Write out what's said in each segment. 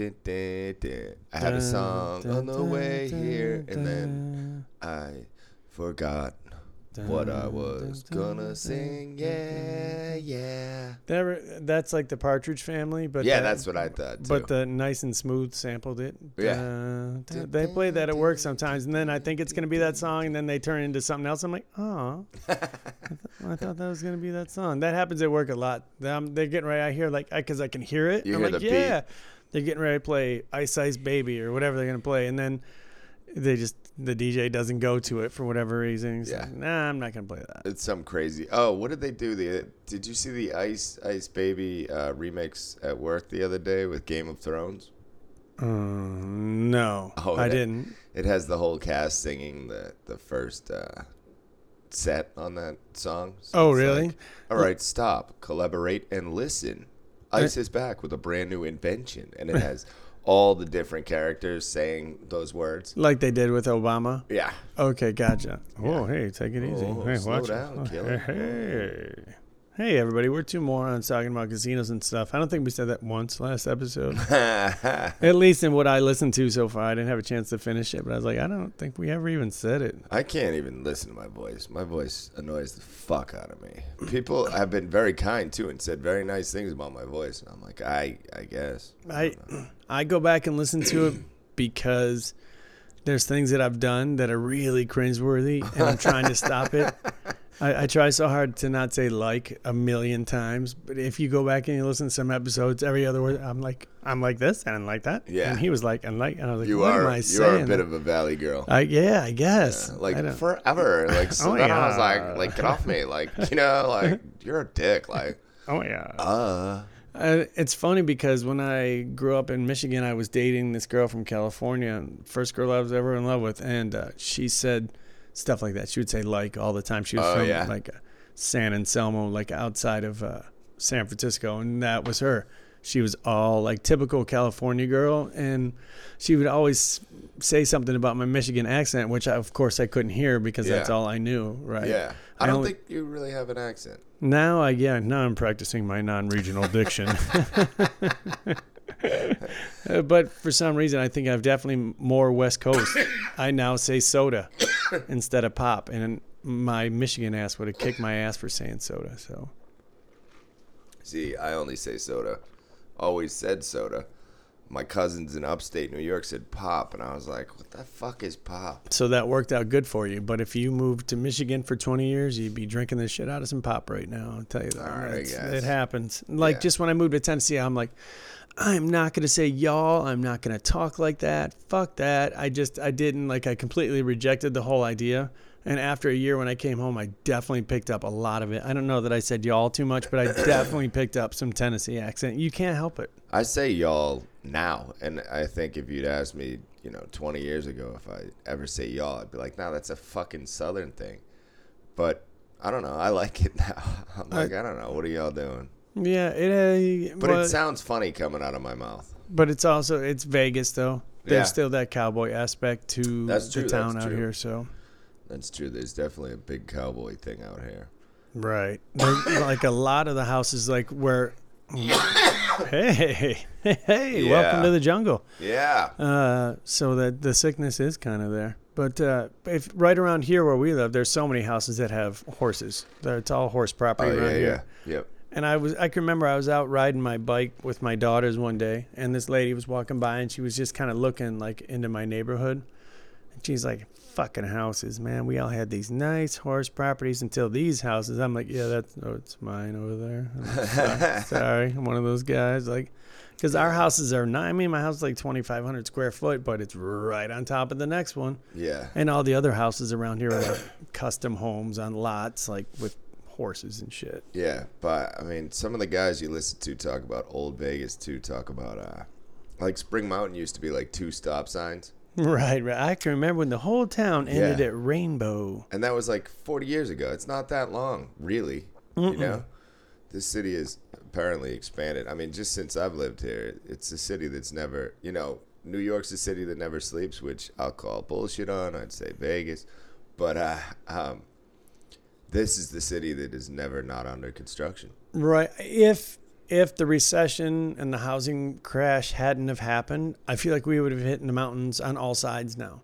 I had a song on the way here, and then I forgot what I was gonna sing. Yeah, yeah. That re- that's like the Partridge Family, but Yeah, the- that's what I thought too. But the nice and smooth sampled it. Yeah. Uh, th- they play that at work sometimes, and then I think it's gonna be that song, and then they turn it into something else. I'm like, oh, I, th- I thought that was gonna be that song. That happens at work a lot. Um, they're getting ready. I hear like, because I, can hear it. You I'm hear like, the beat. yeah. They're getting ready to play Ice Ice Baby or whatever they're gonna play, and then they just the DJ doesn't go to it for whatever reason. He's Yeah. like, nah, I'm not gonna play that. It's some crazy. Oh, what did they do? The did you see the Ice Ice Baby uh, remix at work the other day with Game of Thrones? Um, no, Oh, I yeah. didn't. It has the whole cast singing the the first uh, set on that song. So Oh, it's really? like, All right, stop, collaborate, and listen. Uh, Ice is back with a brand new invention, and it has all the different characters saying those words. Like they did with Obama. Yeah, Okay, gotcha. Oh, hey, take it easy. Oh, hey, slow watch it. down, Oh, killer. Hey, hey. Hey, everybody, we're two morons talking about casinos and stuff. I don't think we said that once last episode. I At least in what I listened to so far, I didn't have a chance to finish it, but I was like, I don't think we ever even said it. can't even listen to my voice. My voice annoys the fuck out of me. People have been very kind too and said very nice things about my voice. And I'm like, I, I guess. I I go back and listen to it because there's things that I've done that are really cringeworthy, and I'm trying to stop it. I, I try so hard to not say like a million times, but if you go back and you listen to some episodes, every other word, I'm like, I'm like this and like that. Yeah. And he was like, and like, and I was like, You what are, am I you are saying? a bit of a valley girl. I, yeah, I guess. I like don't- forever. Like so Oh, then I was yeah. like, like get off me. Like you know, like you're a dick. Like oh yeah. uh, Uh, it's funny because when I grew up in Michigan, I was dating this girl from California, first girl I was ever in love with, and uh, she said stuff like that. She would say like all the time. She was Oh, from yeah. like uh, San Anselmo, like outside of uh, San Francisco, and that was her. She was all like typical California girl, and she would always say something about my Michigan accent, which I, of course I couldn't hear because Yeah. that's all I knew, right? yeah. I don't only- think you really have an accent. Now I yeah, now I'm practicing my non-regional diction. Uh, but for some reason, I think I've definitely more West Coast. I now say soda instead of pop, and my Michigan ass would have kicked my ass for saying soda. So See, I only say soda. Always said soda. My cousins in upstate New York said pop, and I was like, what the fuck is pop? so that worked out good for you. But if you moved to Michigan for 20 years, you'd be drinking the shit out of some pop right now. I'll tell you that. All right, I It's- guess. It happens. Like Yeah. just when I moved to Tennessee, I'm like, I'm not gonna say y'all. I'm not gonna talk like that. Fuck that. I just I didn't like. I completely rejected the whole idea. And after a year, when I came home, I definitely picked up a lot of it. I don't know that I said y'all too much, but I definitely picked up some Tennessee accent. You can't help it. I say y'all now, and I think if you'd asked me, you know, 20 years ago, if I ever say y'all, I'd be like, no, that's a fucking southern thing. But I don't know. I like it now. I'm like, I don't know. What are y'all doing? Yeah, it. Uh, But well- it sounds funny coming out of my mouth. But it's also it's Vegas though. There's Yeah. still that cowboy aspect to That's true, the that's town out true. here. So That's true. There's definitely a big cowboy thing out here. right, like a lot of the houses, like where. hey, hey, hey! Welcome Yeah. to the jungle. Yeah. Uh, so that the sickness is kind of there, but uh, if right around here where we live, there's so many houses that have horses. There- It's all horse property Oh, around yeah, here. yeah. Yep. And I was I can remember I was out riding my bike with my daughters one day and this lady was walking by and she was just kind of looking like into my neighborhood. And she's like, "Fucking houses, man. We all had these nice horse properties until these houses." I'm like, "Yeah, that's oh, it's mine over there." I'm like, "Sorry, Sorry, I'm one of those guys like cuz our houses are not I mean, my house is like 2500 square foot, but it's right on top of the next one. Yeah. And all the other houses around here are like custom homes on lots like with horses and shit. Yeah, but I mean, some of the guys you listen to talk about old Vegas too. Talk about uh, like Spring Mountain used to be like two stop signs, Right, right. I can remember when the whole town ended Yeah. at Rainbow. and that was like 40 years ago. It's not that long, really. You know, this city is apparently expanded. I mean, just since I've lived here, it's a city that's never. You know, New York's a city that never sleeps, which I'll call bullshit on. I'd say Vegas, but uh, um, this is the city that is never not under construction. Right. If if the recession and the housing crash hadn't have happened, I feel like we would have hit in the mountains on all sides now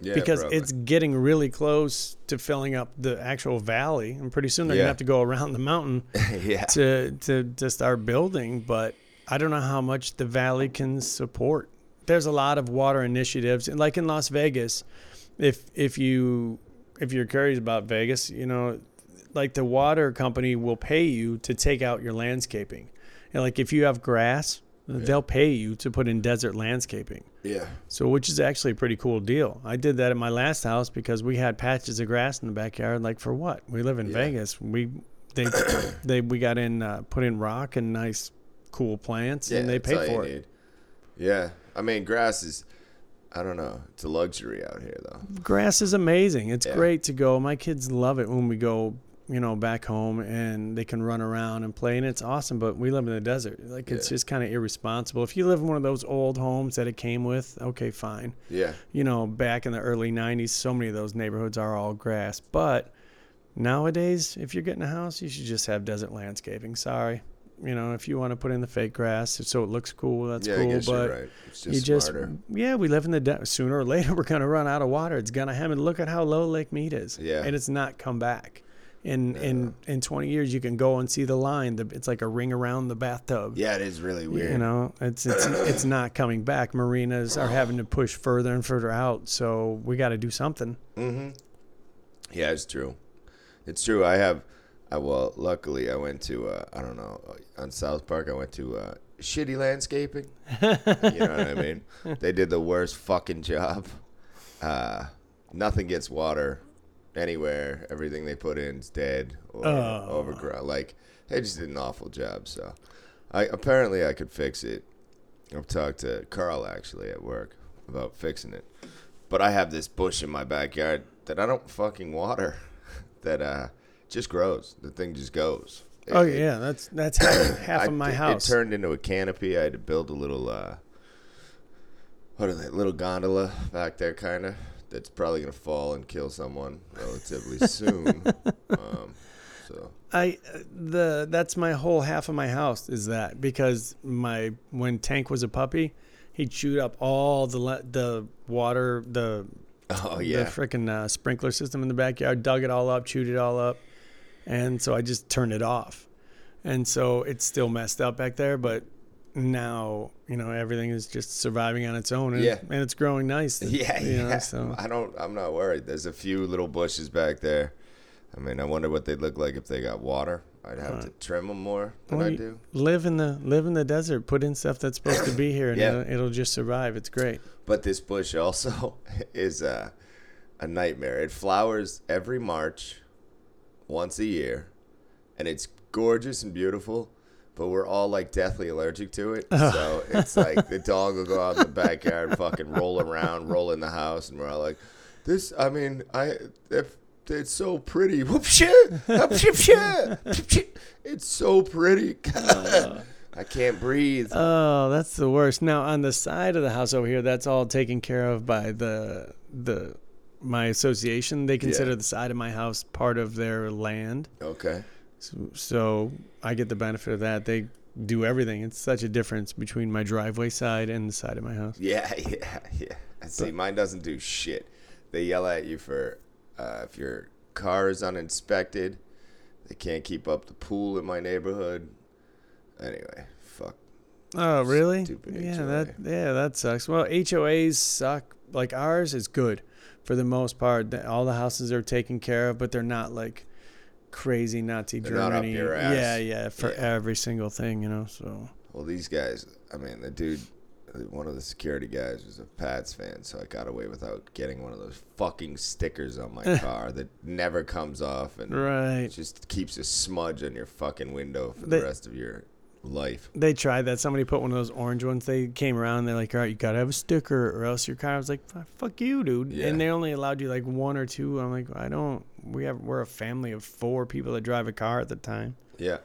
Yeah, because probably. it's getting really close to filling up the actual valley, and pretty soon they're Yeah. gonna have to go around the mountain yeah. to to to start building. But I don't know how much the valley can support. There's a lot of water initiatives, and like in Las Vegas, if if you if you're curious about Vegas, you know, like the water company will pay you to take out your landscaping, and like if you have grass, they'll pay you to put in desert landscaping. Yeah. So, which is actually a pretty cool deal. I did that at my last house because we had patches of grass in the backyard. Like for what? We live in Vegas. We they they we got in uh, put in rock and nice cool plants, Yeah. and they that's paid all you for it. need. Yeah. I mean, grass is, I don't know, it's a luxury out here though. Grass is amazing. It's Yeah. great to go. My kids love it when we go, you know, back home and they can run around and play, and it's awesome. But we live in the desert. Like it's Yeah. just kind of irresponsible. If you live in one of those old homes that it came with, okay, fine. Yeah. you know, back in the early 90s, so many of those neighborhoods are all grass. But nowadays, if you're getting a house, you should just have desert landscaping. Sorry. You know, if you want to put in the fake grass so it looks cool, that's yeah, cool. I guess but you're right. It's just you just, smarter. yeah, we live in the de- sooner or later, we're going to run out of water. It's going to happen. Look at how low Lake Mead is. Yeah. And it's not come back. In, in in 20 years, you can go and see the line. The, it's like a ring around the bathtub. Yeah, it is really weird. You know, it's it's it's not coming back. Marinas are having to push further and further out, so we got to do something. Yeah, it's true. It's true. I have, I well, luckily I went to uh, I don't know on South Park. I went to uh, shitty landscaping. you know what I mean? They did the worst fucking job. Uh, nothing gets water anywhere. Everything they put in is dead or Oh. overgrown. Like they just did an awful job. So, I apparently I could fix it. I've talked to Carl actually at work about fixing it. But I have this bush in my backyard that I don't fucking water. That uh just grows. The thing just goes. It- oh it- yeah, that's that's half, half I- of my it- house. It turned into a canopy. I had to build a little uh what are they? Little gondola back there kinda. That's probably gonna fall and kill someone relatively soon. um so I the that's my whole half of my house is that because my when Tank was a puppy, he'd shoot up all the le- the water the Oh yeah. the freaking uh, sprinkler system in the backyard, dug it all up, chewed it all up, and so I just turned it off. And so it's still messed up back there, but now you know everything is just surviving on its own, and, Yeah. and it's growing nice. and, Yeah, you know, yeah. so I don't. I'm not worried. There's a few little bushes back there. I mean, I wonder what they'd look like if they got water. I'd have to trim them more than Well, I you do. live in the live in the desert. Put in stuff that's supposed to be here, and Yeah. it'll, it'll just survive. It's great. But this bush also is a, a nightmare. It flowers every March, once a year, and it's gorgeous and beautiful. But we're all like deathly allergic to it, so it's like the dog will go out in the backyard, and fucking roll around, roll in the house, and we're all like, "This, I mean, I if it's so pretty, whoop shit, Whoop, shit, shit, shit, shit. it's so pretty, I can't breathe." Oh, that's the worst. Now on the side of the house over here, that's all taken care of by the the my association. They consider the side of my house part of their land, Okay, so, so I get the benefit of that. They do everything. It's such a difference between my driveway side and the side of my house. Yeah, yeah, yeah. I see. Mine doesn't do shit. They yell at you for uh, if your car is uninspected. They can't keep up the pool in my neighborhood. Anyway, fuck. Oh, really? Stupid yeah, HOA. that yeah, that sucks. Well, HOAs suck. Like ours is good for the most part. The- All the houses are taken care of, but they're not like crazy Nazi They're not Germany. up your ass. Yeah, yeah, for Yeah. every single thing, you know. So Well, these guys. I mean, the dude, one of the security guys, was a Pats fan, so I got away without getting one of those fucking stickers on my car that never comes off and right, just keeps a smudge on your fucking window for They- the rest of your life. they tried that. Somebody put one of those orange ones. They came around. and They're like, all right, you gotta have a sticker, or else your car. I was like, "Fuck- fuck you, dude. Yeah. And they only allowed you like one or two. I'm like, I don't. We have we're a family of four people that drive a car at the time. Yeah.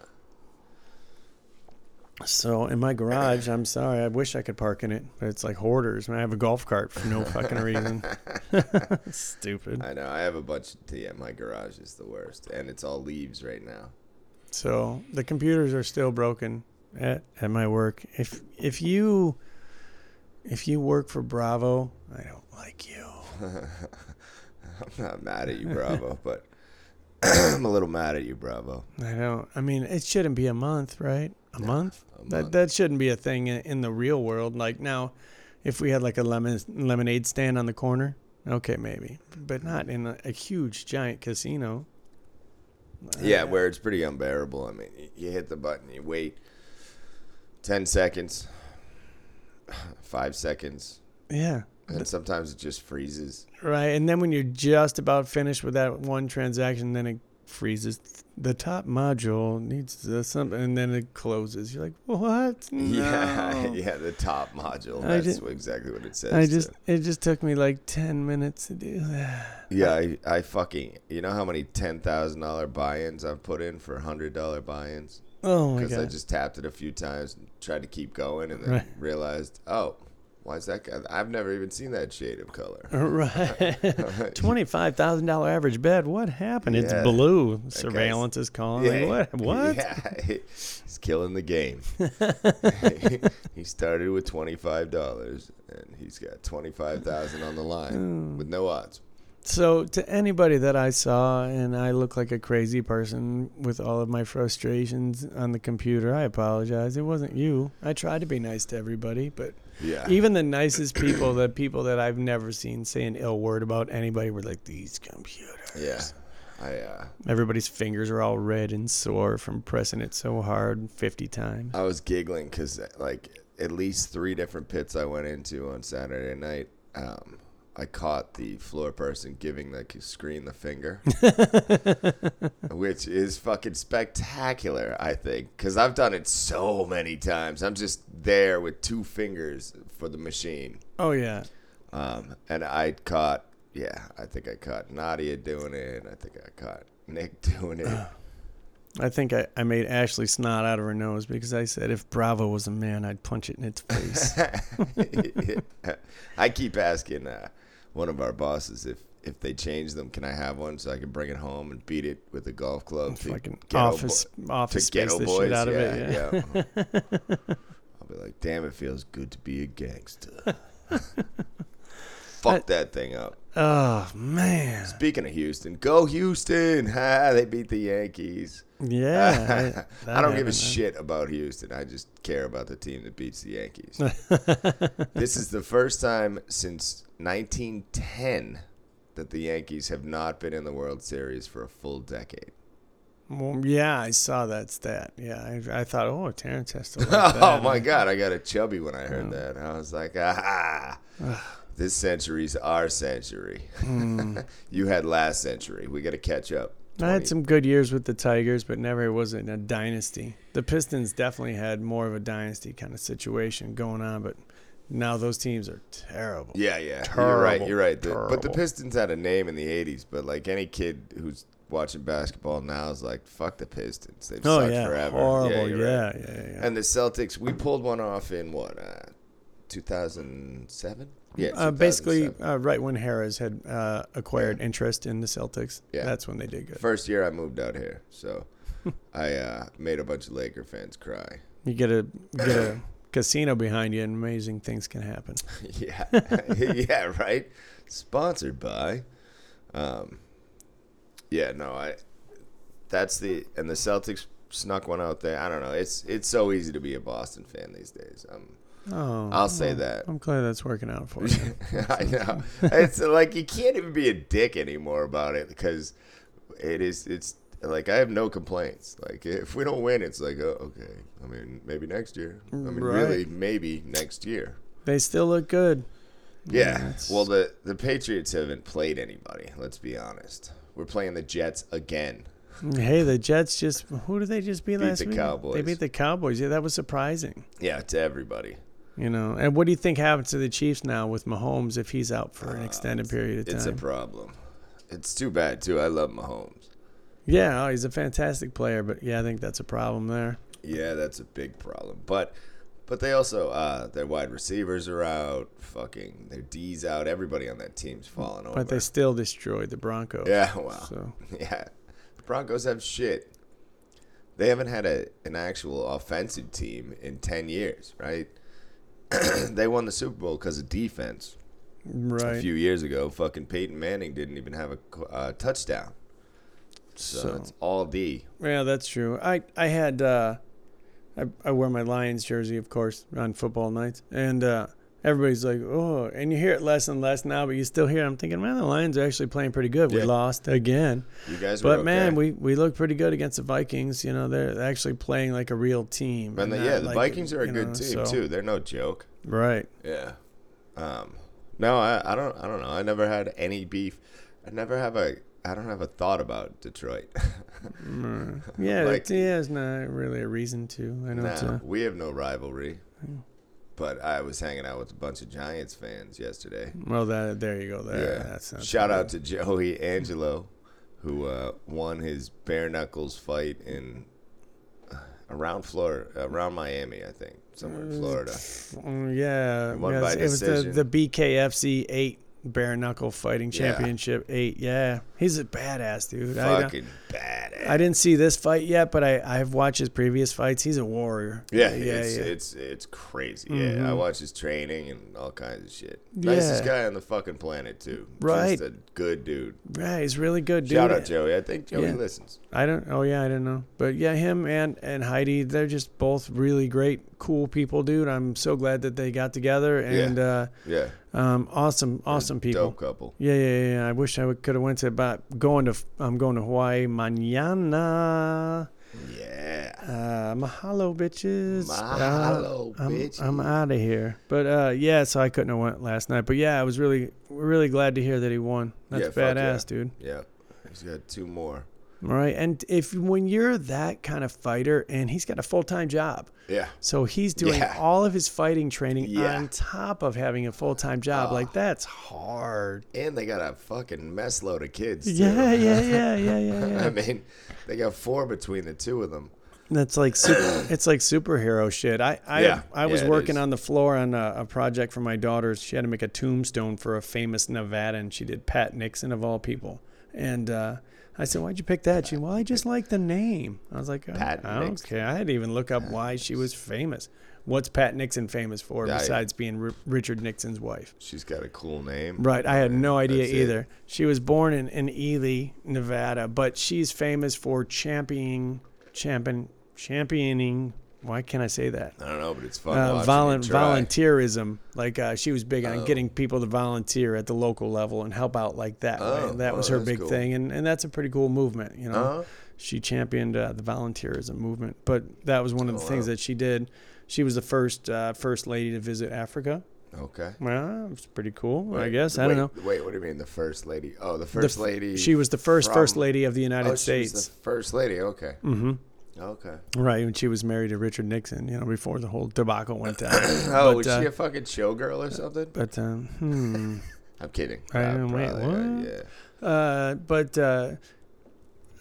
So in my garage, I'm sorry, I wish I could park in it, but it's like hoarders, and I have a golf cart for no fucking reason. Stupid. I know. I have a bunch of tea. My garage is the worst, and it's all leaves right now. So the computers are still broken. at, at my work. If if you if you work for Bravo, I don't like you. I'm not mad at you, Bravo, but I'm a little mad at you, Bravo. I don't. I mean, it shouldn't be a month, right? A month? a That month. that shouldn't be a thing in, in the real world. Like now, if we had like a lemon lemonade stand on the corner, okay, maybe, but not in a, a huge giant casino. Yeah, where it's pretty unbearable. I mean, y- you hit the button, you wait 10 seconds, 5 seconds, Yeah. and sometimes it just freezes. Right. And then when you're just about finished with that one transaction, then it freezes. The top module needs to something, and then it closes. You're like, what? Yeah, No." yeah, the top module. I That's did- what- exactly what it says. I too. just, it just took me like 10 minutes to do that. yeah, I, I fucking, you know how many $10,000 buy ins I've put in for $100 buy ins? Oh my Because I God. just tapped it a few times and tried to keep going and then Right. realized, oh, why is that guy? I've never even seen that shade of color. right. $25,000 average bet. What happened? It's Yeah. blue. Surveillance is calling. Yeah. Like, what? What? Yeah, he's killing the game. he started with twenty five dollars, and he's got twenty five thousand on the line Mm. Hmm. with no odds. So, to anybody that I saw, and I look like a crazy person with all of my frustrations on the computer, I apologize. It wasn't you. I try to be nice to everybody, but Yeah, even the nicest people, the people that I've never seen say an ill word about anybody, were like, these computers. yeah. I uh, Everybody's fingers are all red and sore from pressing it so hard 50 times. I was giggling because like at least three different pits I went into on Saturday night. Um, I caught the floor person giving the c- screen the finger, which is fucking spectacular. I think because I've done it so many times. I'm just there with two fingers for the machine, Oh, yeah. um, and I caught. Yeah, I think I caught Nadia doing it. and I think I caught Nick doing it. I think I, I made Ashley snot out of her nose because I said if Bravo was a man, I'd punch it in its face. I keep asking uh, one of our bosses if if they change them, can I have one so I can bring it home and beat it with a golf club? to fucking ghetto bo- office office to ghetto space the boys. shit out yeah, of it. Yeah. yeah. I'll be like, damn, it feels good to be a gangster. Fuck that thing up. Oh man. Speaking of Houston, go Houston! Ha, they beat the Yankees. Yeah. that I don't give a happened, shit about Houston. I just care about the team that beats the Yankees. this is the first time since 1910 that the Yankees have not been in the World Series for a full decade. man. Well, yeah, I saw that stat. Yeah, I, I thought, oh, Terrence has to. Like oh that. my God, I got a chubby when I heard that. I was like, ah, this century's our century. Hmm. you had last century. We got to catch up. I had 20 some good years with the Tigers, but never was it a dynasty. The Pistons definitely had more of a dynasty kind of situation going on, but now those teams are terrible. Yeah, yeah. you're right. Terrible, You're right. The- but the terrible. Pistons had a name in the '80s. But like any kid who's watching basketball now is like, "Fuck the Pistons. They've Oh sucked yeah, forever." horrible. you're Yeah, right. yeah, yeah, Uh, And the Celtics, we pulled one off in what, uh, 2007? Yeah. Uh, basically, 2007. uh, right when Harris had uh, acquired interest in the Celtics, Yeah. that's when they did good. first year I moved out here, so I uh, made a bunch of Laker fans cry. You get a get a casino behind you, and amazing things can happen. yeah, yeah, right. Sponsored by, um, yeah, no, I. That's the and the Celtics snuck one out there. I don't know. It's it's so easy to be a Boston fan these days. Um, Oh, I'll say that. I'm glad that's working out for you. I know. It's like you can't even be a dick anymore about it because it is. It's like I have no complaints. Like if we don't win, it's like oh okay. I mean maybe next year. I mean Right. really maybe next year. they still look good. Yeah. That's- Well, the the Patriots haven't played anybody. Let's be honest. We're playing the Jets again. Hey, the Jets just who did they just beat, Beat last the week? They Cowboys. beat the Cowboys. Yeah, that was surprising. Yeah, to everybody. You know, and what do you think happens to the Chiefs now with Mahomes if he's out for an extended period of time? Uh, It's a problem. It's too bad too. I love Mahomes. yeah, oh, he's a fantastic player, but yeah, I think that's a problem there. Yeah, that's a big problem. But but they also uh their wide receivers are out. Fucking their D's out. Everybody on that team's falling over. But they still destroyed the Broncos. yeah. Well. So Yeah. The Broncos have shit. they haven't had a an actual offensive team in ten years, right? they won the Super Bowl because of defense a Right. few years ago. Fucking Peyton Manning didn't even have a qu- uh, touchdown, so, so it's all D. Yeah, that's true. I I had uh, I I wear my Lions jersey, of course, on football nights, and uh, everybody's like, "Oh," and you hear it less and less now, but you still hear. It. I'm thinking, man, the Lions are actually playing pretty good. We Yeah. lost again, You guys, were but okay. man, we we look pretty good against the Vikings. You know, they're actually playing like a real team. and the, not yeah, the like, Vikings are a you good know, team so- too. They're no joke. Right. Yeah. Um, no, I, I don't. I don't know. I never had any beef. I never have a. I don't have a thought about Detroit. Mm. Yeah, Like- it's, yeah, it's not really a reason to. I know it's nah, a, we have no rivalry. But I was hanging out with a bunch of Giants fans yesterday. well, that there you go. There, yeah. that's not Shout out to Joey Angelo, who uh, won his bare knuckles fight in uh, around Florida, around Miami, I think, somewhere Uh, in Florida. Mm, yeah, It won yeah, by it was decision. the, the BKFC eight bare knuckle fighting Yeah. championship eight. Yeah, he's a badass dude. I, don't- Fucking badass. I didn't see this fight yet, but I I've watched his previous fights. He's a warrior. Yeah, yeah, it's, yeah. Mm-hmm. it's it's crazy. Yeah, I watch his training and all kinds of shit. Nicest Yeah. guy on the fucking planet too. Right. just a good dude. yeah, he's really good, dude. Shout out Joey. I think Joey Yeah. listens. I don't. Oh yeah, I don't know, but yeah, him and and Heidi, they're just both really great, cool people, dude. I'm so glad that they got together and Yeah, uh, um, awesome, awesome people. dope couple. Yeah, yeah, yeah, yeah. I wish I would, could have went to, but going to, I'm going to Hawaii mañana. Yeah, Uh, mahalo, bitches. Mahalo, Uh, I'm, bitches. I'm out of here. But uh, yeah, so I couldn't have went last night. But yeah, I was really, really glad to hear that he won. Yeah, That's fuck yeah. badass, dude. yeah. He's got two more. All right, and if when you're that kind of fighter, and he's got a full time job, Yeah, so he's doing Yeah. all of his fighting training Yeah. on top of having a full time job, like that's hard. and they got a fucking mess load of kids. Too. Yeah, yeah, yeah, yeah, yeah, yeah. I mean, they got four between the two of them. That's like super, it's like superhero shit. I I, Yeah. I was Yeah, it working is. on the floor on a, a project for my daughter's. She had to make a tombstone for a famous Nevadan. She did Pat Nixon of all people. And uh, I said, "Why'd you pick that?" She, "Well, I just like the name." I was like, Pat "I don't Nixon. care." I had to even look up why she was famous. What's Pat Nixon famous for Yeah, I- besides being R- Richard Nixon's wife? She's got a cool name. Right. I had no idea That's it. either. She was born in, in Ely, Nevada, but she's famous for championing, champion, championing. Why can't I say that? I don't know, but it's fun. Uh, watching volun- you try. Oh. volunteerism. Like uh, she was big on getting people to volunteer at the local level and help out like that. way. Oh, That was oh, her that's big cool. thing, and, and that's a pretty cool movement. You know, Uh-huh. she championed uh, the volunteerism movement, but that was one of the Oh, things that she did. She was the first uh, first lady to visit Africa. Okay. Well, it's pretty cool, I Wait, guess. I don't wait, know. Wait, what do you mean the first lady? Oh, the The first f- lady. She was the first first from- lady of the United Oh, she was States. the first lady. Okay. hmm Okay. Right, when she was married to Richard Nixon, you know, before the whole debacle went down. Oh, But, was uh, she a fucking showgirl or something? But um, hmm. I'm kidding. I Uh, don't- wait, probably, what? yeah. Uh, but uh,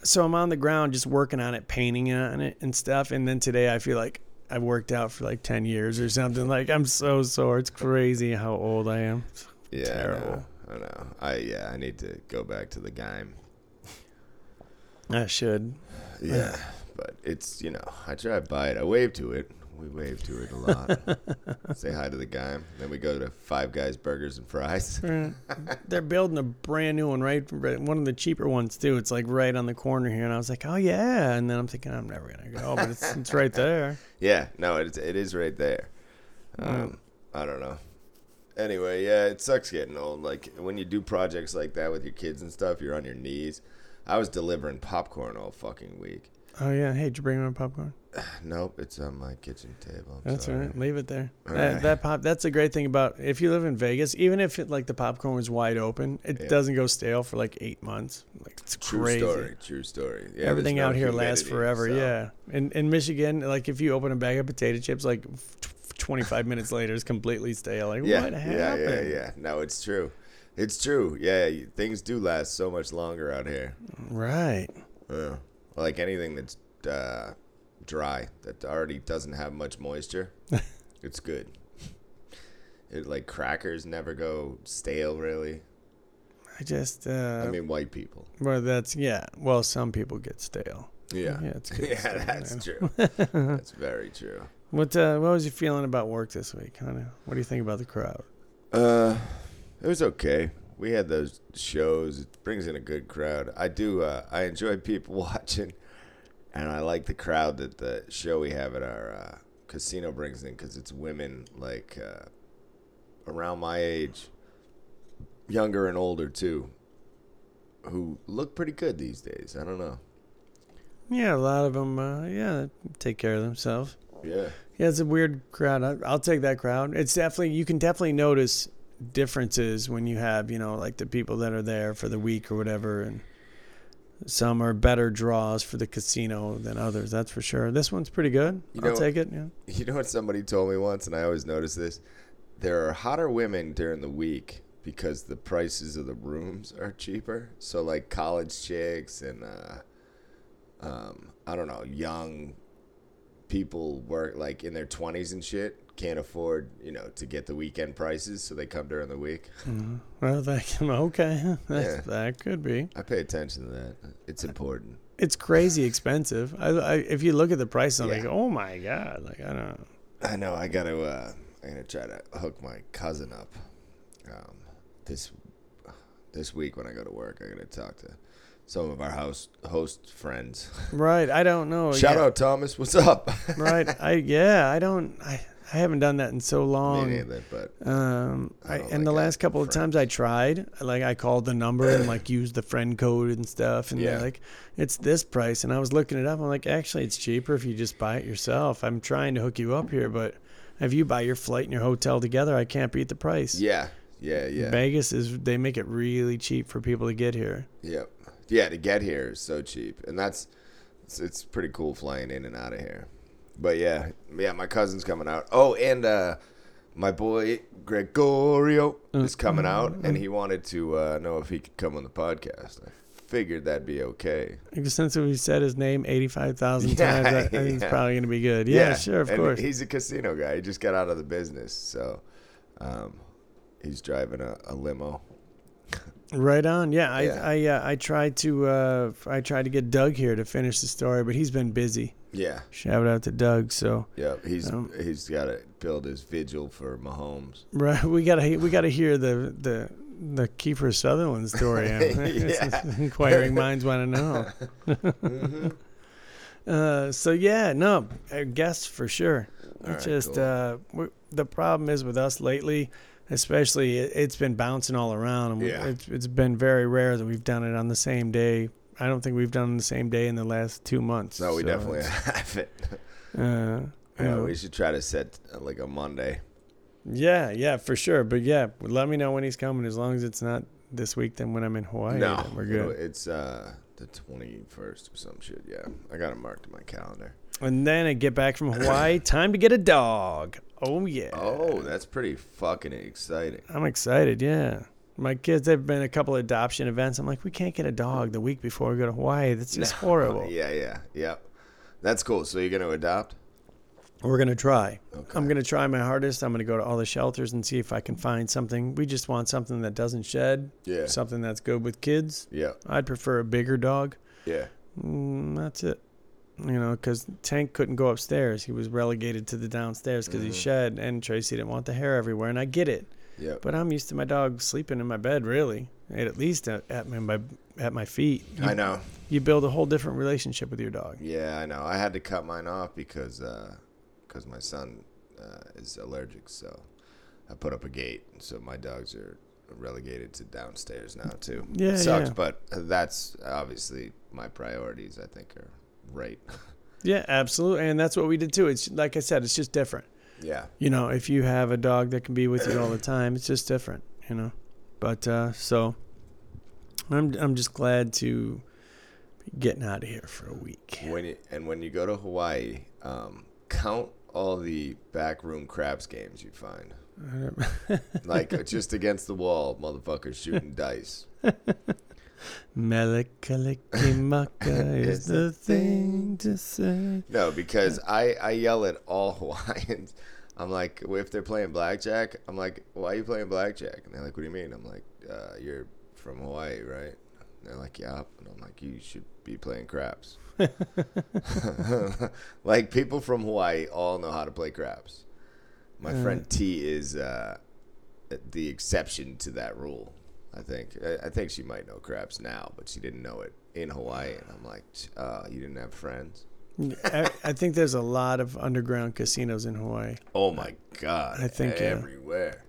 so I'm on the ground just working on it, painting on it and stuff. And then today I feel like I've worked out for like 10 years or something. Like I'm so sore. It's crazy how old I am. Yeah. Terrible. I know. I know. I yeah. I need to go back to the game. I should. Yeah. but it's you know I drive by it. I wave to it. We wave to it a lot. Say hi to the guy. Then we go to Five Guys Burgers and Fries. Eh, They're building a brand new one, right? right- One of the cheaper ones too. It's like right on the corner here, and I was like, "Oh yeah," and then I'm thinking, "I'm never gonna go," but it's, it's right there. Yeah, no, it, it is right there. Hmm. Um, I don't know. Anyway, yeah, it sucks getting old. Like when you do projects like that with your kids and stuff, you're on your knees. I was delivering popcorn all fucking week. Oh yeah, hey, did you bring my popcorn? Nope, it's on my kitchen table. I'm That's all sorry. right. Leave it there. All That, right. that pop. That's the great thing about if you live in Vegas. Even if it, like the popcorn was wide open, it Yeah. doesn't go stale for like eight months. Like it's True crazy. story. True story. Yeah, Everything there's no out here lasts humidity, forever. so- Yeah. In in Michigan, like if you open a bag of potato chips, like tw- twenty five minutes later, it's completely stale. Like Yeah, what yeah, happened? yeah, yeah. No, it's true. It's true. Yeah, you- things do last so much longer out here. Right. Yeah. Like anything that's uh, dry that already doesn't have much moisture, it's good. It like crackers never go stale, really. I just. Uh, I mean, white people. Well, that's yeah. Well, some people get stale. Yeah. Yeah, it's good Yeah, stuff, that's man. true. that's very true. What uh, what was you feeling about work this week? Kind of. What do you think about the crowd? Uh, it was okay. We had those shows. It brings in a good crowd. I do. Uh, I enjoy people watching, and I like the crowd that the show we have at our uh, casino brings in because it's women like uh, around my age, younger and older too, who look pretty good these days. I don't know. Yeah, a lot of them. Uh, yeah, take care of themselves. Yeah. Yeah, it's a weird crowd. I, I'll take that crowd. It's definitely you can definitely notice differences when you have you know like the people that are there for the week or whatever, and some are better draws for the casino than others. That's for sure. This one's pretty good. You I'll know- take it. Yeah. You know what somebody told me once, and I always notice this: there are hotter women during the week because the prices of the rooms are cheaper. So, like college chicks and uh, um, I don't know, young people work like in their twenties and shit can't afford, you know, to get the weekend prices, so they come during the week. Well, that okay. That's, That could be. I pay attention to that; it's important. It's crazy expensive. I, I if you look at the price, I'm like, Yeah. oh my god. Like I don't. know. I know. I gotta. Uh, I gotta try to hook my cousin up. Um, this this week when I go to work, I gotta talk to some of our house host friends. Right. I don't know. Shout Oh, yeah. out Thomas. What's up? right. I yeah. I don't. I I haven't done that in so Me long. neither, but Um, I I, don't and the like last that couple of friend. times I tried, like I called the number and like used the friend code and stuff, and they're Yeah. like, "It's this price," and I was looking it up. I'm like, actually, it's cheaper if you just buy it yourself. I'm trying to hook you up here, but if you buy your flight and your hotel together, I can't beat the price. yeah, yeah, yeah, Vegas is they make it really cheap for people to get here. yep, yeah. To get here is so cheap, and that's it's, it's pretty cool flying in and out of here. But yeah, yeah, my cousin's coming out. Oh, and uh, my boy Gregorio Uh, is coming out, and he wanted to uh, know if he could come on the podcast. I figured that'd be okay. Like, Since we said his name 85,000 Yeah, times, I, I think it's yeah. probably going to be good. Yeah, sure, of and course. He's a casino guy. He just got out of the business, so um, he's driving a, a limo. Right on. Yeah, I Yeah. I uh, I tried to uh, I tried to get Doug here to finish the story, but he's been busy. Yeah, Shout out to Doug. So yeah. He's Um, he's got to build his vigil for Mahomes. right, we gotta we gotta hear the the the Kiefer Sutherland story. Yeah. Inquiring minds want to know. Mm-hmm. Uh, so yeah, no, I guess for sure. All It's right, just cool. uh, we're, the problem is with us lately, especially it, it's been bouncing all around, and we, Yeah. it's, it's been very rare that we've done it on the same day. I don't think we've done it the same day in the last two months. No, we so definitely it's, haven't. Uh, you Yeah, know, we should try to set uh, like a Monday. yeah, yeah, for sure. But yeah, let me know when he's coming. As long as it's not this week, then when I'm in Hawaii, no, then we're it'll- good. It's uh the twenty first or some shit. Yeah, I got it marked in my calendar. And then I get back from Hawaii. time to get a dog. Oh yeah. Oh, that's pretty fucking exciting. I'm excited, yeah. My kids, there have been a couple adoption events. I'm like, we can't get a dog the week before we go to Hawaii. That's just horrible. Yeah, yeah, yeah. That's cool. So you're gonna adopt? We're going to try. Okay. I'm going to try my hardest. I'm going to go to all the shelters and see if I can find something. We just want something that doesn't shed, Yeah. something that's good with kids. Yeah, I'd prefer a bigger dog. yeah. Mm, that's it. You know, because Tank couldn't go upstairs. He was relegated to the downstairs because he shed, and Tracy didn't want the hair everywhere. And I get it. Yeah. But I'm used to my dog sleeping in my bed, really, and at least at, at my at my feet. You, I know. you build a whole different relationship with your dog. Yeah, I know. I had to cut mine off because uh, cause my son uh, is allergic, so I put up a gate. So my dogs are relegated to downstairs now too. Yeah, it sucks, yeah. but that's obviously my priorities. I think are right. Yeah, absolutely, and that's what we did too. It's like I said, it's just different. yeah, You know, if you have a dog that can be with you all the time, it's just different. You know, but uh, so I'm I'm just glad to be getting out of here for a week. when you, and when you go to Hawaii, um, count all the backroom craps games you find. like just against the wall, motherfuckers shooting dice. Melikalikimaka is the thing to say. No, because I, I yell at all Hawaiians. I'm like, if they're playing blackjack, I'm like, why are you playing blackjack? And they're like, what do you mean? I'm like, uh, you're from Hawaii, right? And they're like, "Yup," and I'm like, "You should be playing craps." like people from Hawaii all know how to play craps. My friend T is uh, the exception to that rule. I think I, I think she might know craps now, but she didn't know it in Hawaii. And I'm like, uh, "You didn't have friends." I, I think there's a lot of underground casinos in Hawaii. Oh my god! I think, yeah. everywhere.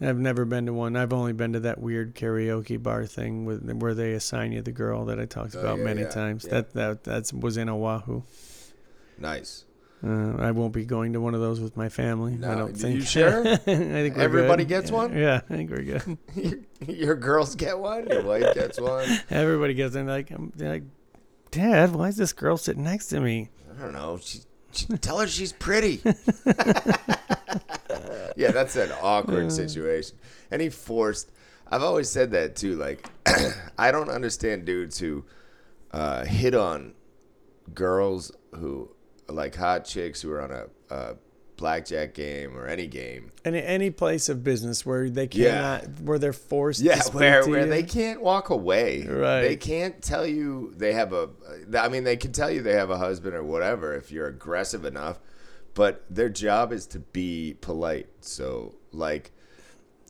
I've never been to one. I've only been to that weird karaoke bar thing with, where they assign you the girl that I talked about Oh, yeah, many yeah, times. yeah. That that that was in Oahu. Nice. Uh, I won't be going to one of those with my family. I No, don't do think. you share? I think we're Everybody good. gets Yeah, one? Yeah, I think we're good. your, your girls get one. Your wife gets one. Everybody gets in. Like, I'm, they're like, Dad, why is this girl sitting next to me? I don't know. She, she tell her she's pretty. yeah, that's an Uh. awkward situation. And he forced. I've always said that too. Like, I don't understand dudes who uh, hit on girls who like hot chicks who are on a, a blackjack game or any game. In any place of business where they Yeah. cannot, where they're forced. Yeah, to speak where to where you. they can't walk away. Right. They can't tell you they have a. I mean, they can tell you they have a husband or whatever if you're aggressive enough, but their job is to be polite. So like.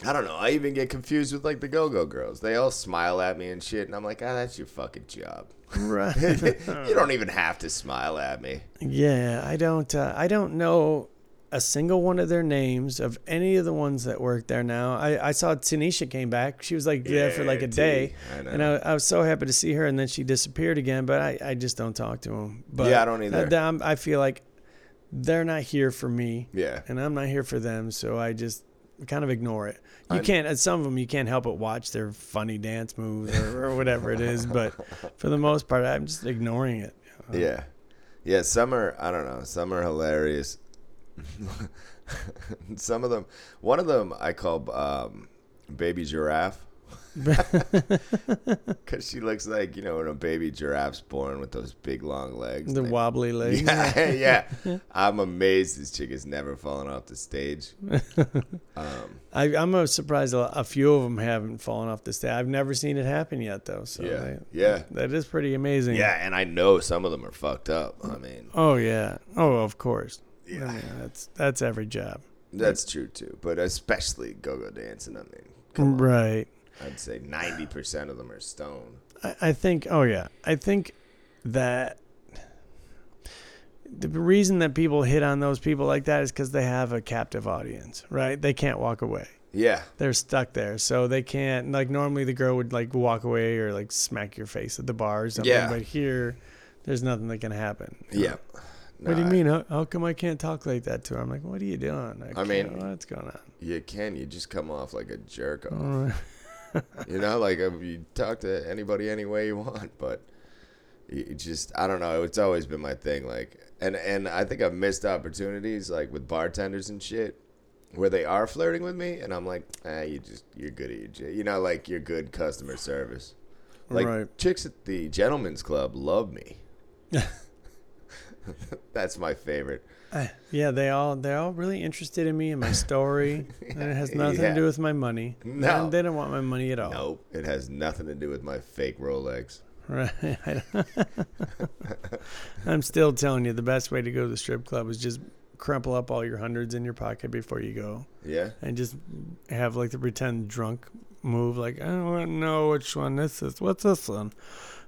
I don't know. I even get confused with like the Go Go Girls. They all smile at me and shit, and I'm like, ah, that's your fucking job. Right. you don't even have to smile at me. Yeah, I don't. Uh, I don't know a single one of their names of any of the ones that work there now. I, I saw Tanisha came back. She was like there for Yeah, like a T, day, I know. and I, I was so happy to see her. And then she disappeared again. But I, I just don't talk to them. But Yeah, I don't either. I, I'm- I feel like they're not here for me, Yeah. and I'm not here for them. So I just kind of ignore it. You can't. uh, Some of them you can't help but watch their funny dance moves or, or whatever it is. But for the most part, I'm just ignoring it. Yeah. Yeah, some are I don't know, some are hilarious. some of them one of them I call um, baby giraffe. Cuz she looks like, you know, when a baby giraffe's born with those big long legs. The They- wobbly legs. yeah, yeah. I'm amazed this chick has never fallen off the stage. Um, I, I'm uh, surprised a, a few of them haven't fallen off the stage. I've never seen it happen yet, though. So Yeah, they- yeah. that is pretty amazing. Yeah, and I know some of them are fucked up. I mean, Oh yeah. Oh, of course. Yeah. I mean, that's that's every job. that's true too, but especially go-go dancing, I mean, Right. I'd say 90% of them are stoned. I, I think. Oh yeah. I think that the reason that people hit on those people like that is because they have a captive audience, right? They can't walk away. Yeah. they're stuck there, so they can't. Like normally, the girl would like walk away or like smack your face at the bar or something. Yeah. But here, there's nothing that can happen. Yeah. What do you Nah, mean? How, how come I can't talk like that to her? I'm like, what are you doing? Like, I mean- you know, what's going on? You can. You just come off like a jerk off. you know, like if you talk to anybody any way you want, but you you just I don't know. It's always been my thing. Like, and and I think I've missed opportunities like with bartenders and shit. Where they are flirting with me, and I'm like, ah, you just you're good at your, j-. you know, like you're good customer service. Like Right. chicks at the gentlemen's club love me. That's my favorite. Yeah, they all they're all really interested in me and my story, and it has nothing Yeah. to do with my money. No. And they don't want my money at all. Nope, it has nothing to do with my fake Rolex. Right. I don't- I'm still telling you, the best way to go to the strip club is just crumple up all your hundreds in your pocket before you go. Yeah. and just have like the pretend drunk move like i don't know which one this is what's this one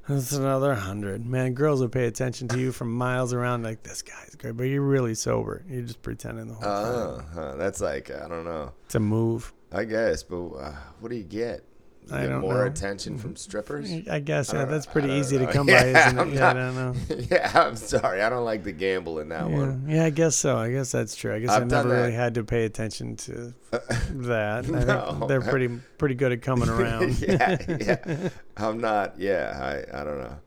this is another hundred man girls will pay attention to you from miles around like this guy's great but you're really sober you're just pretending the whole time Oh, huh, that's like I don't know. it's a move I guess, but uh, what do you get? You I get don't more know. attention from strippers? i guess yeah, don't- that's I pretty don't easy know. to come by Yeah, isn't I'm it yeah not- i don't know yeah, I'm sorry. I don't like the gamble in that yeah. one. yeah, I guess so. I guess that's true. I guess I've i done never really that. had to pay attention to that. I No. think they're pretty pretty good at coming around. yeah, yeah. I'm not. Yeah, I, I don't know.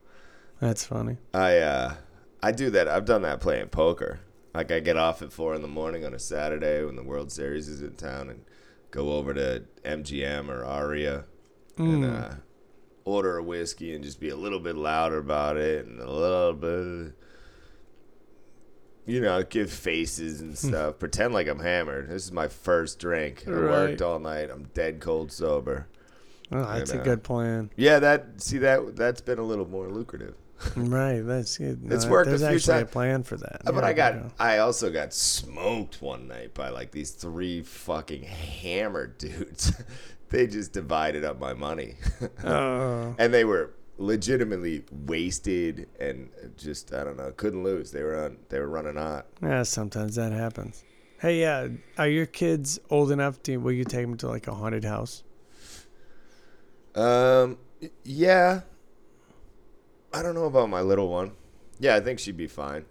That's funny. I uh, I do that. I've done that playing poker. Like I get off at four in the morning on a Saturday when the World Series is in town, and go over to MGM or Aria and Mm. uh, order a whiskey and just be a little bit louder about it and a little bit, you know, give faces and Hmm. stuff. Pretend like I'm hammered. This is my first drink. I Right. worked all night. I'm dead cold sober. Oh, that's know. a good plan. Yeah, that see that that's been a little more lucrative. Right. That's it. No, It's that- worked a There's few actually a times. plan for that. Uh, but Yeah, I got, there you go. I also got smoked one night by like these three fucking hammered dudes. they just divided up my money, Oh, and they were legitimately wasted and just I don't know, couldn't lose. They were on, they were running hot. yeah. Sometimes that happens. Hey, yeah. Are your kids old enough to? Will you take them to like a haunted house? Um, y- yeah, I don't know about my little one. Yeah, I think she'd be fine.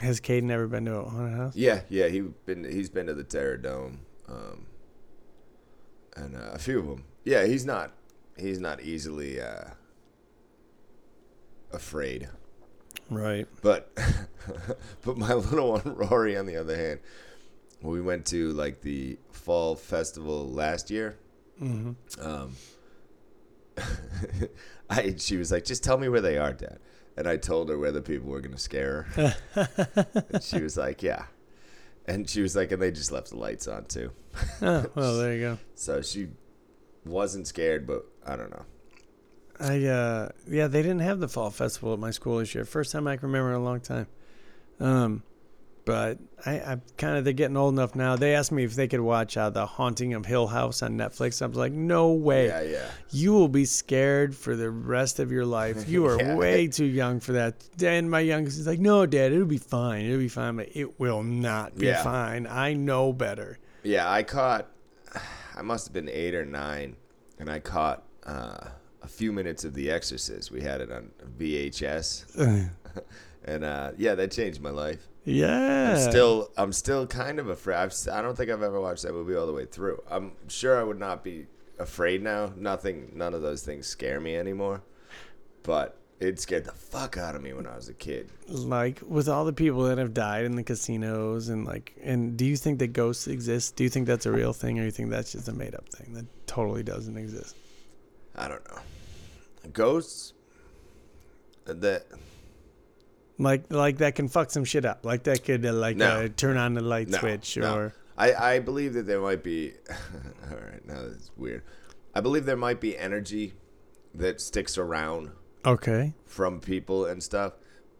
Has Caden ever been to a haunted house? Yeah, yeah, he been he's been to the Terror Dome, um, and uh, a few of them. Yeah, he's not he's not easily uh, afraid, Right. but but my little one Rory, on the other hand, we went to like the fall festival last year. hmm Um, I she was like, just tell me where they are, Dad. And I told her where the people were gonna scare her. and she was like, yeah. And she was like, and they just left the lights on too. Oh, well, there you go. So she wasn't scared, but I don't know. I uh yeah, they didn't have the fall festival at my school this year. First time I can remember in a long time. Um but I, I kind of they're getting old enough now. They asked me if they could watch uh, the Haunting of Hill House on Netflix. I was like, no way. Yeah, yeah. You will be scared for the rest of your life. You are Yeah. way too young for that. And my youngest is like, no, Dad, it'll be fine. It'll be fine. But it will not be Yeah. fine. I know better. Yeah, I caught. I must have been eight or nine, and I caught uh, a few minutes of The Exorcist. We had it on VHS, and uh, yeah, that changed my life. Yeah. I'm still I'm still kind of afraid. I've, s- I don't think I've ever watched that movie all the way through. I'm sure I would not be afraid now. Nothing, none of those things scare me anymore. But it scared the fuck out of me when I was a kid. like with all the people that have died in the casinos and like and do you think that ghosts exist do you think that's a real thing or you think that's just a made-up thing that totally doesn't exist I don't know. Ghosts. That like like that can fuck some shit up like that could uh, like No. uh, turn on the light no, switch no. or I I believe that there might be. all right, now that's weird. I believe there might be energy that sticks around okay from people and stuff.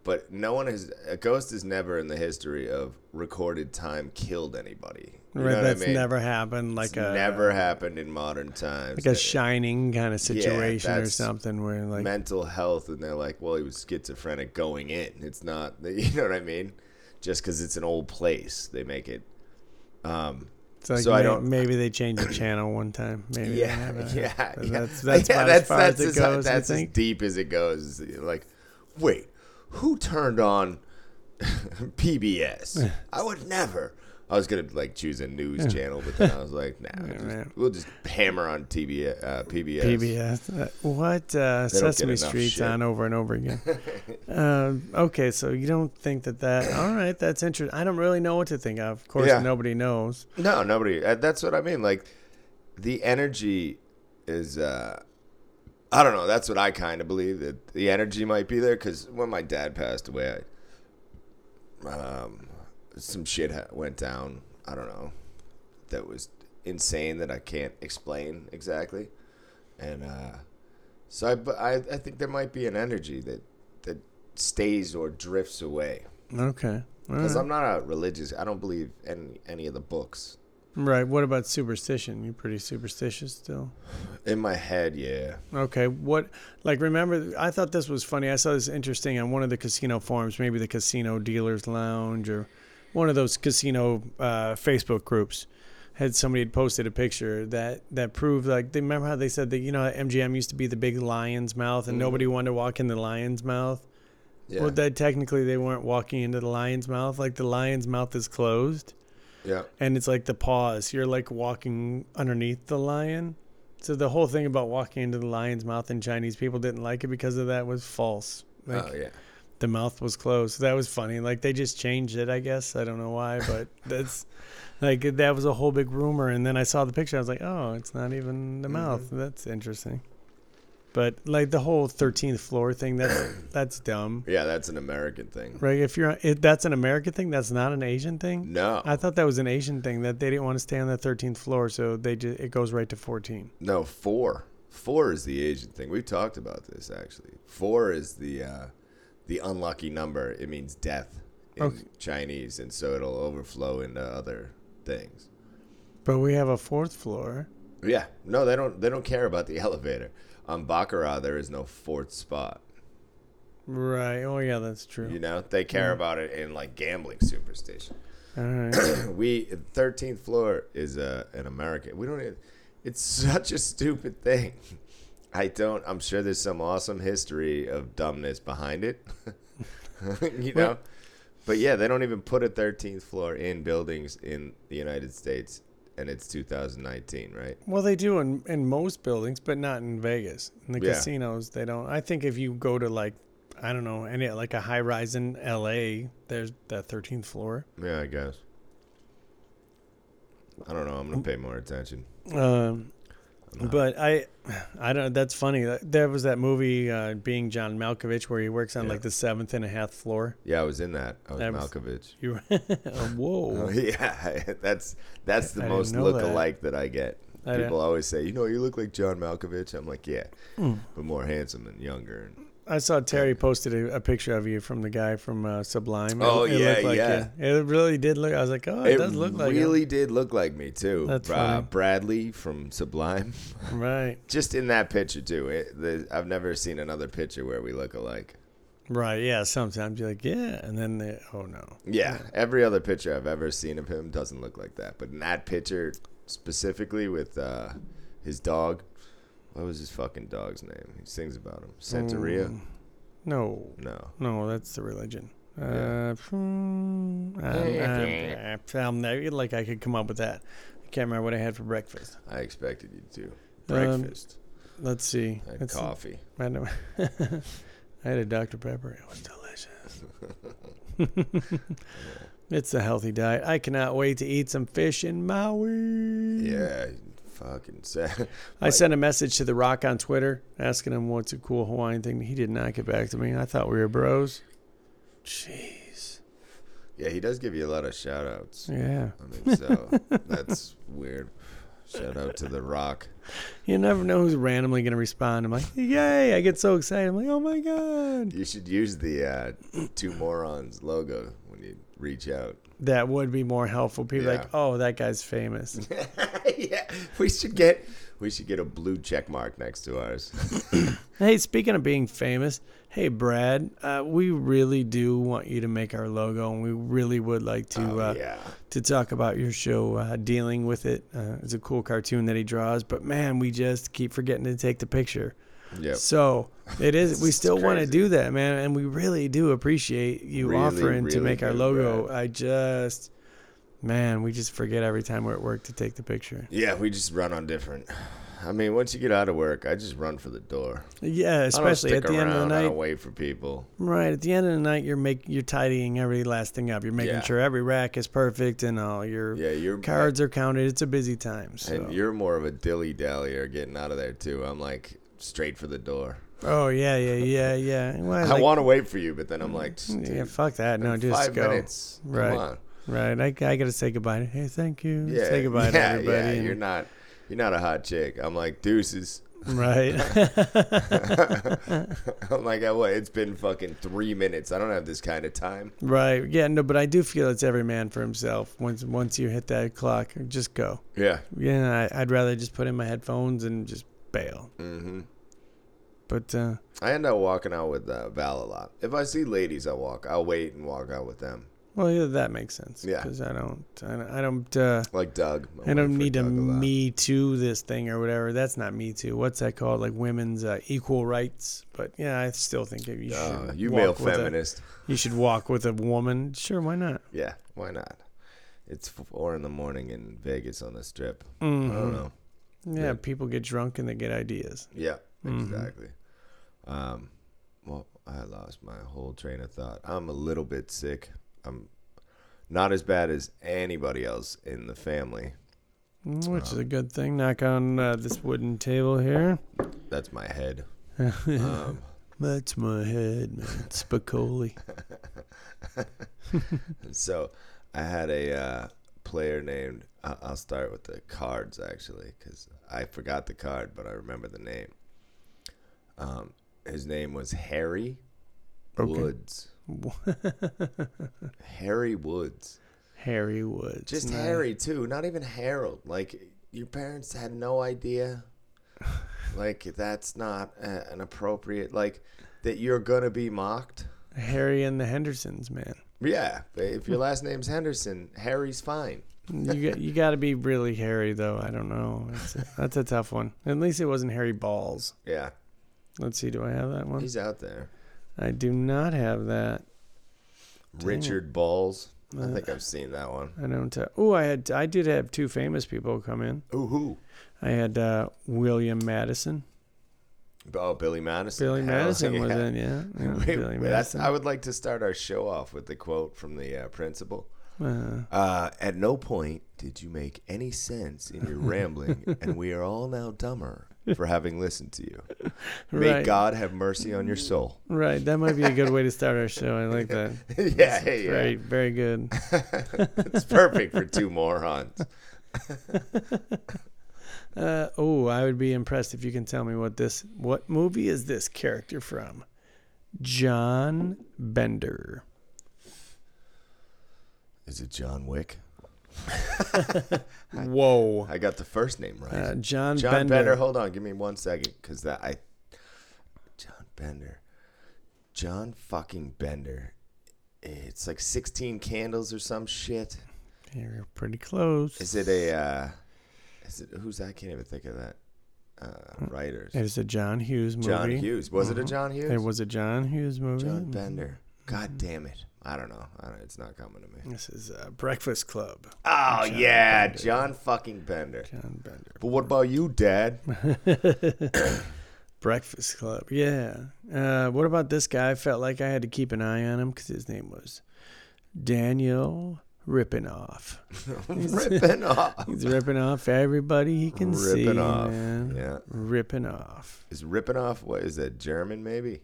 But no one has a ghost has never in the history of recorded time killed anybody. You know right what that's I mean? never happened like It's a never happened in modern times. like a shining kind of situation or that's something where like mental health, and they're like, "Well, he was schizophrenic going in." It's not, you know what I mean? Just because it's an old place, they make it. Um, it's like so may, I don't- maybe they changed the channel one time maybe they yeah, have yeah, that. yeah, But that's that's Yeah, about as far as it as- uh, goes that's I as think deep as it goes. Like, wait, who turned on PBS? I would never. I was gonna like choose a news channel, but then I was like, nah, Yeah, just- man. we'll just hammer on TBS, uh, PBS. PBS. Uh, What uh, They don't get Sesame enough Street's shit. on over and over again. um, okay, so you don't think that that. All right, that's interesting. I don't really know what to think of. Of course, Yeah. nobody knows. No, nobody. uh, That's what I mean. Like, the energy is. uh I don't know. That's what I kind of believe that the energy might be there. Because when my dad passed away, I, um, some shit ha- went down. I don't know. That was insane. That I can't explain exactly. And uh, so I, bu- I, I think there might be an energy that that stays or drifts away. Okay. all Because right. I'm not a religious. I don't believe any any of the books. Right. What about superstition? You're pretty superstitious still. In my head, yeah. Okay. What, like, remember, I thought this was funny. I saw this interesting on one of the casino forums, maybe the Casino Dealers Lounge or one of those casino uh, Facebook groups. Had somebody had posted a picture that that proved like they remember how they said that you know MGM used to be the big lion's mouth and nobody wanted to walk in the lion's mouth. Yeah. Well, that technically they weren't walking into the lion's mouth. Like the lion's mouth is closed yeah. and it's like the paws. You're like walking underneath the lion. So the whole thing about walking into the lion's mouth and Chinese people didn't like it because of that was false. Like oh yeah. the mouth was closed. So that was funny. Like they just changed it, I guess. I don't know why, but that's like that was a whole big rumor. And then I saw the picture. I was like, oh, it's not even the mouth. That's interesting. But like the whole 13th floor thing, that's that's dumb. Yeah, that's an American thing. Right? If you're if that's an American thing, that's not an Asian thing. No. I thought that was an Asian thing that they didn't want to stay on the 13th floor, so they just it goes right to 14. no, four. Four is the Asian thing. We've talked about this actually. Four is the uh, the unlucky number. It means death in Okay. Chinese, and so it'll overflow into other things. But we have a fourth floor. Yeah, no, they don't. They don't care about the elevator. On Baccarat, there is no fourth spot. Right. Oh, yeah, that's true. Mm. You know, they care about it in like gambling superstition. All right. we thirteenth floor is uh, an American. We don't. Even, it's such a stupid thing. I don't. I'm sure there's some awesome history of dumbness behind it. you know, but yeah, they don't even put a thirteenth floor in buildings in the United States, and it's 2019, right? Well, they do in, in most buildings, but not in Vegas. In the Yeah. casinos, they don't. I think if you go to like, I don't know, any like a high rise in L.A., there's that 13th floor. Yeah, I guess. I don't know. I'm gonna pay more attention. Um, Uh-huh. but I, I don't. That's funny. There was that movie, uh, being John Malkovich, where he works on Yeah. like the seventh and a half floor. Yeah, I was in that. I was That was- Malkovich. You, whoa. Oh, yeah, that's that's the I didn't most know that. look-alike that. I get. I People always say, "You know, you look like John Malkovich." I'm like, "Yeah, Hmm. but more handsome and younger." And, I saw Terry posted a, a picture of you from the guy from uh, Sublime. It- Oh, it, yeah, looked like yeah. you. It really did look. I was like, oh, it, it does look like really did look like me too. That's Bra- funny. Bradley from Sublime, him. right, just in that picture too. It, the, I've never seen another picture where we look alike. right, yeah. Sometimes you're like, yeah, and then they, oh no, Yeah, every other picture I've ever seen of him doesn't look like that. But in that picture specifically with uh, his dog, what was his fucking dog's name? He sings about him. Santeria? Mm. no, No. no, that's the religion. Yeah. Uh, hmm, I'm, I'm, I'm, i like I could come up with that. I can't remember what I had for breakfast. I expected you to. Um, Breakfast Let's see. and Let's- coffee. I, know- I had a Dr Pepper. It was delicious. it's a healthy diet. I cannot wait to eat some fish in Maui. Yeah, fucking sad. I sent a message to The Rock on Twitter asking him what's a cool Hawaiian thing. He did not get back to me. I thought we were bros. Jeez. Yeah, he does give you a lot of shout outs. Yeah. I mean, so that's weird. Shout out to The Rock. You never know who's randomly going to respond. I'm like, yay. I get so excited. I'm like, oh my God. You should use the uh, Two Morons logo when you reach out. That would be more helpful. People are Yeah. like, oh, that guy's famous. yeah, we should get we should get a blue check mark next to ours. Hey, speaking of being famous, hey Brad, uh, we really do want you to make our logo, and we really would like to uh, Oh, yeah, to talk about your show, uh, dealing with it. Uh, it's a cool cartoon that he draws, but man, we just keep forgetting to take the picture. yep. So it is. we It's still want to crazy. do that, man, and we really do appreciate you Really, offering to really make our do, logo. I just, man, we just forget every time we're at work to take the picture. yeah, we just run on different. I mean, once you get out of work, I just run for the door. Yeah, especially I at don't the stick end around. of the I night. don't wait for people. Right at the end of the night, you're make you're tidying every last thing up. You're making Yeah. sure every rack is perfect and all your Yeah, you're cards are counted. It's a busy time. So. and you're more of a dilly dallyer getting out of there too. I'm like straight for the door. oh yeah, yeah, yeah, yeah. Well, I, like- want to wait for you, but then I'm like, Yeah, dude, fuck that. No, just five go. minutes. Come Right. on. Right. I, I gotta say goodbye. Hey, thank you. Yeah, Say goodbye to yeah, everybody. Yeah, and- you're not you're not a hot chick. I'm like deuces. right. I'm like, I, what? It's been fucking three minutes. I don't have this kind of time. right. Yeah. No, but I do feel it's every man for himself. Once once you hit that clock, just go. Yeah. Yeah. I, I'd rather just put in my headphones and just bail. hmm But uh, I end up walking out with uh, Val a lot. If I see ladies, I walk. I'll wait and walk out with them. Well, yeah, that makes sense. Yeah. Because I don't, I don't, I don't, uh, Like Doug. I I wait don't for need to Doug a lot. me too this thing or whatever. That's not me too. What's that called? Like women's uh, equal rights. But yeah, I still think if you should. Uh, you walk male with a- feminist. you should walk with a woman. Sure, why not? Yeah. Why not? It's four in the morning in Vegas on the strip. I Mhm. don't know. Yeah, Yeah. people get drunk and they get ideas. Yeah. Mhm. Exactly. Um. Well, I lost my whole train of thought. I'm a little bit sick. I'm not as bad as anybody else in the family. Mm, Which is a good thing. Knock on uh, this wooden table here. That's my head. Um, That's my head, man. Spicoli. so I had a uh, player named. I- I'll start with the cards actually, because I forgot the card, but I remember the name. Um, his name was Harry Okay. Woods. Harry Woods. Harry Woods. Just Nice. Harry too, not even Harold. Like your parents had no idea. Like that's not a, an appropriate. Like that you're gonna be mocked. Harry and the Hendersons, man. Yeah, if your last name's Henderson, Harry's fine. You got, you got to be really hairy though. I don't know. That's a, that's a tough one. At least it wasn't hairy balls. Yeah, Let's see. Do I have that one? he's out there. I do not have that. Richard Balls. I Uh, think I've seen that one. I don't. Uh, oh, I had. I did have two famous people come in. Ooh, who? I had uh, William Madison. Oh, Billy Madison. Billy Hell Madison yeah. was in. Yeah. yeah, Wait, Billy that's, Madison. I would like to start our show off with the quote from the uh, principal. Uh, Uh, at no point did you make any sense in your rambling, and we are all now dumber for having listened to you. May right. God have mercy on your soul. Right. That might be a good way to start our show. I like that. yeah, hey, yeah. Very, very good. it's perfect for two morons. Uh, oh, I would be impressed if you can tell me what this what movie is this character from? John Bender. Is it John Wick? Whoa. I got the first name right. Uh, John, John Bender. Bender. Hold on, give me one second, because that I. John Bender, John fucking Bender. It's like sixteen candles or some shit. You're pretty close. Is it a? Uh, is it who's? I can't even think of that. Uh, writers. It was a John Hughes movie. John Hughes. Was it a John Hughes? It was a John Hughes movie. John Bender. God damn it! I don't know. I don't, it's not coming to me. This is uh, Breakfast Club. Oh yeah, John fucking Bender. John Bender. But what about you, Dad? Breakfast Club. Yeah. Uh, what about this guy? I felt like I had to keep an eye on him because his name was Daniel Rippinoff. Ripping off. He's ripping off everybody he can see. Ripping off. Man. Yeah. Ripping off. Is ripping off what is that German maybe?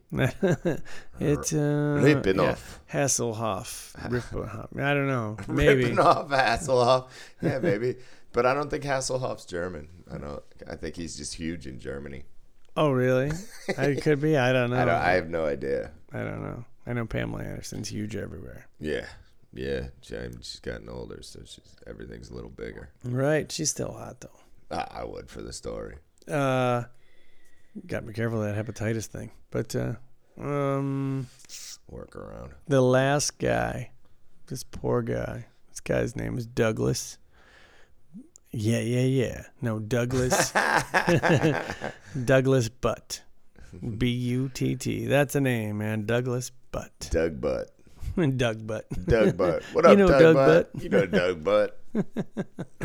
it's uh, ripping yeah, off. Hasselhoff. Rippinoff. I don't know. Maybe. Ripping off Hasselhoff. Yeah, maybe. But I don't think Hasselhoff's German. I don't I think he's just huge in Germany. Oh, really? I could be. I don't know. I don't I have no idea. I don't know. I know Pamela Anderson's huge everywhere. Yeah. Yeah. She, I mean, she's gotten older, so she's everything's a little bigger. Right. She's still hot though. I, I would for the story. uh got to be careful of that hepatitis thing but uh um Work around. the last guy this poor guy this guy's name is douglas yeah yeah yeah no douglas douglas butt b-u-t-t that's a name man douglas butt Doug Butt. doug butt Doug Butt. What You up, know Doug, Doug Butt? Butt? You know Doug Butt.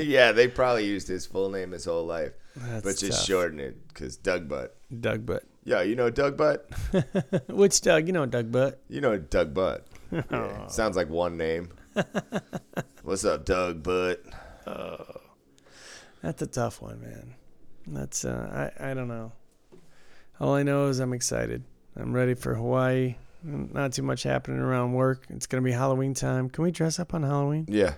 yeah, they probably used his full name his whole life, That's but just tough. shorten it because Doug Butt. doug butt Yeah, you know Doug Butt. which doug you know doug butt You know Doug Butt. Yeah, Sounds like one name. What's up, Doug Butt? That's a tough one, man. That's uh, I I don't know. All I know is I'm excited. I'm ready for Hawaii. Not too much happening around work. It's gonna be Halloween time. Can we dress up on Halloween? Yeah.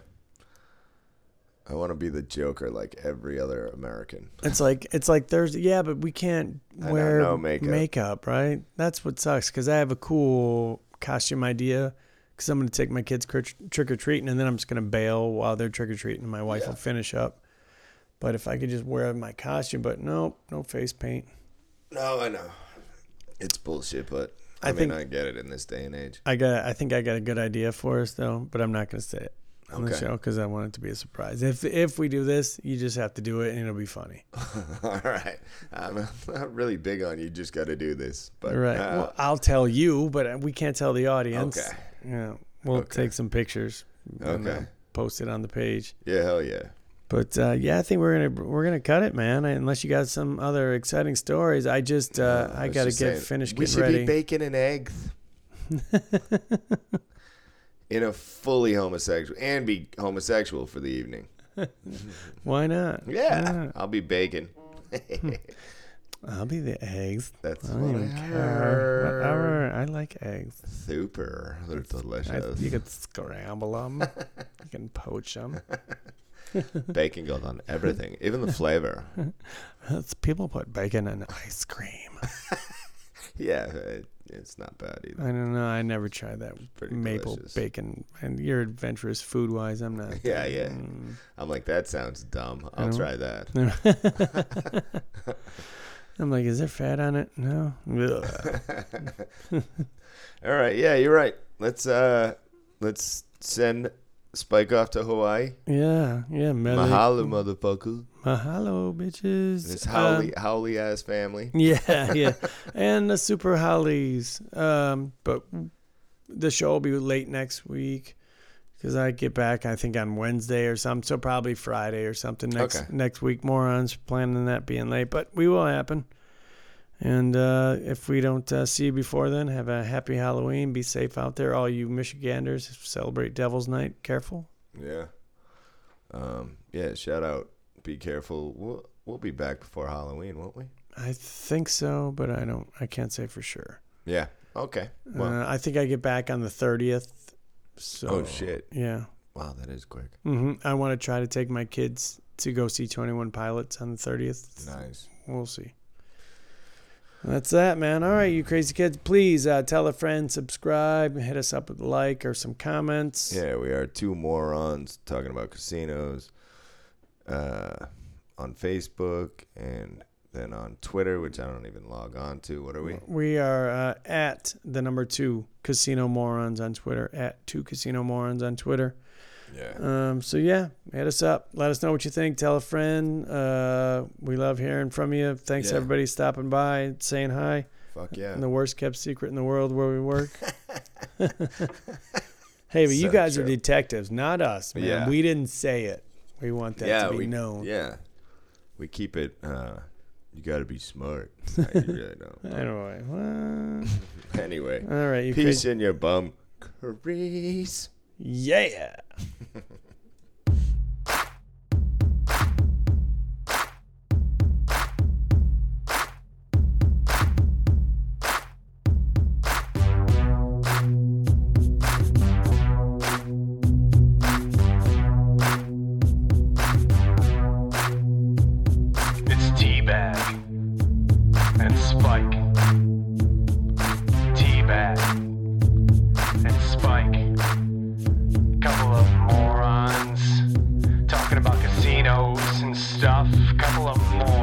I want to be the Joker like every other American. It's like it's like Thursday. Yeah, but we can't I don't wear know makeup. right? That's what sucks. Cause I have a cool costume idea. Cause I'm gonna take my kids trick or treating, and then I'm just gonna bail while they're trick or treating, and my wife Yeah. will finish up. But if I could just wear my costume, but nope, no face paint. No, I know. It's bullshit, but I, I mean, think- I get it in this day and age. I got. I think I got a good idea for us though, but I'm not going to say it on the Okay. show because I want it to be a surprise. If if we do this, you just have to do it, and it'll be funny. All right. I'm not really big on you just got to do this. But All right. uh, well, I'll tell you, but we can't tell the audience. Okay. Yeah, we'll Okay. take some pictures. and, uh, Okay. Post it on the page. yeah, hell yeah. But uh, yeah, I think we're gonna we're gonna cut it, man. Unless you got some other exciting stories, I just uh, I, was gotta get just saying, finished We getting should ready. be bacon and eggs in a fully homosexual and be homosexual for the evening. Why not? Yeah, I'll be bacon. I'll be the eggs. That's I don't what I even care. heard. Whatever. I like eggs. Super. They're I, delicious. you can scramble them. you can poach them. Bacon goes on everything, even the flavor. people put bacon in ice cream. yeah, it, it's not bad either. I don't know. I never tried that Pretty maple delicious. bacon. And you're adventurous food wise. I'm not. Yeah, yeah. Mm. I'm like, that sounds dumb. I I'll don't- try that. I'm like, is there fat on it? No. Ugh. All right. Yeah, you're right. Let's uh, let's send Spike off to Hawaii. yeah, yeah. Melody. Mahalo, motherfucker. Mahalo, bitches. This Um, howly, howly ass family. Yeah, yeah. and the Super Hollies. Um, but the show will be late next week because I get back, I think, on Wednesday or something. So probably Friday or something next Okay. next week. Morons planning that being late, but we will happen. And uh, if we don't uh, see you before then, have a happy Halloween. Be safe out there, all you Michiganders. Celebrate Devil's Night. Careful. Yeah. Um. Yeah. Shout out. Be careful. We'll we'll be back before Halloween, won't we? I think so, but I don't. I can't say for sure. Yeah. Okay. Well. uh, I think I get back on the thirtieth. So oh shit. Yeah. Wow, that is quick. hmm I want to try to take my kids to go see 21 Pilots on the 30th. Nice. We'll see. That's that, man. All right, you crazy kids. Please uh, tell a friend, subscribe, hit us up with a like or some comments. Yeah, we are two morons talking about casinos uh, on Facebook and then on Twitter, which I don't even log on to. What are we? We are uh, at the number two Casino Morons on Twitter, at two Casino Morons on Twitter. Yeah. Um, so, yeah, hit us up. Let us know what you think. Tell a friend. Uh, we love hearing from you. Thanks, Yeah. everybody, stopping by, saying hi. Fuck yeah. in the worst kept secret in the world where we work. hey, but you So guys are true. detectives, not us, man. Yeah. We didn't say it. We want that to be known. Yeah. We keep it. Uh, you got to be smart. No, you really don't. Anyway, well, Anyway, all right, you peace crazy. in your bum, crease. Yeah. It's Teabag and Spike. Teabag and Spike. Couple of morons talking about casinos and stuff. Couple of morons.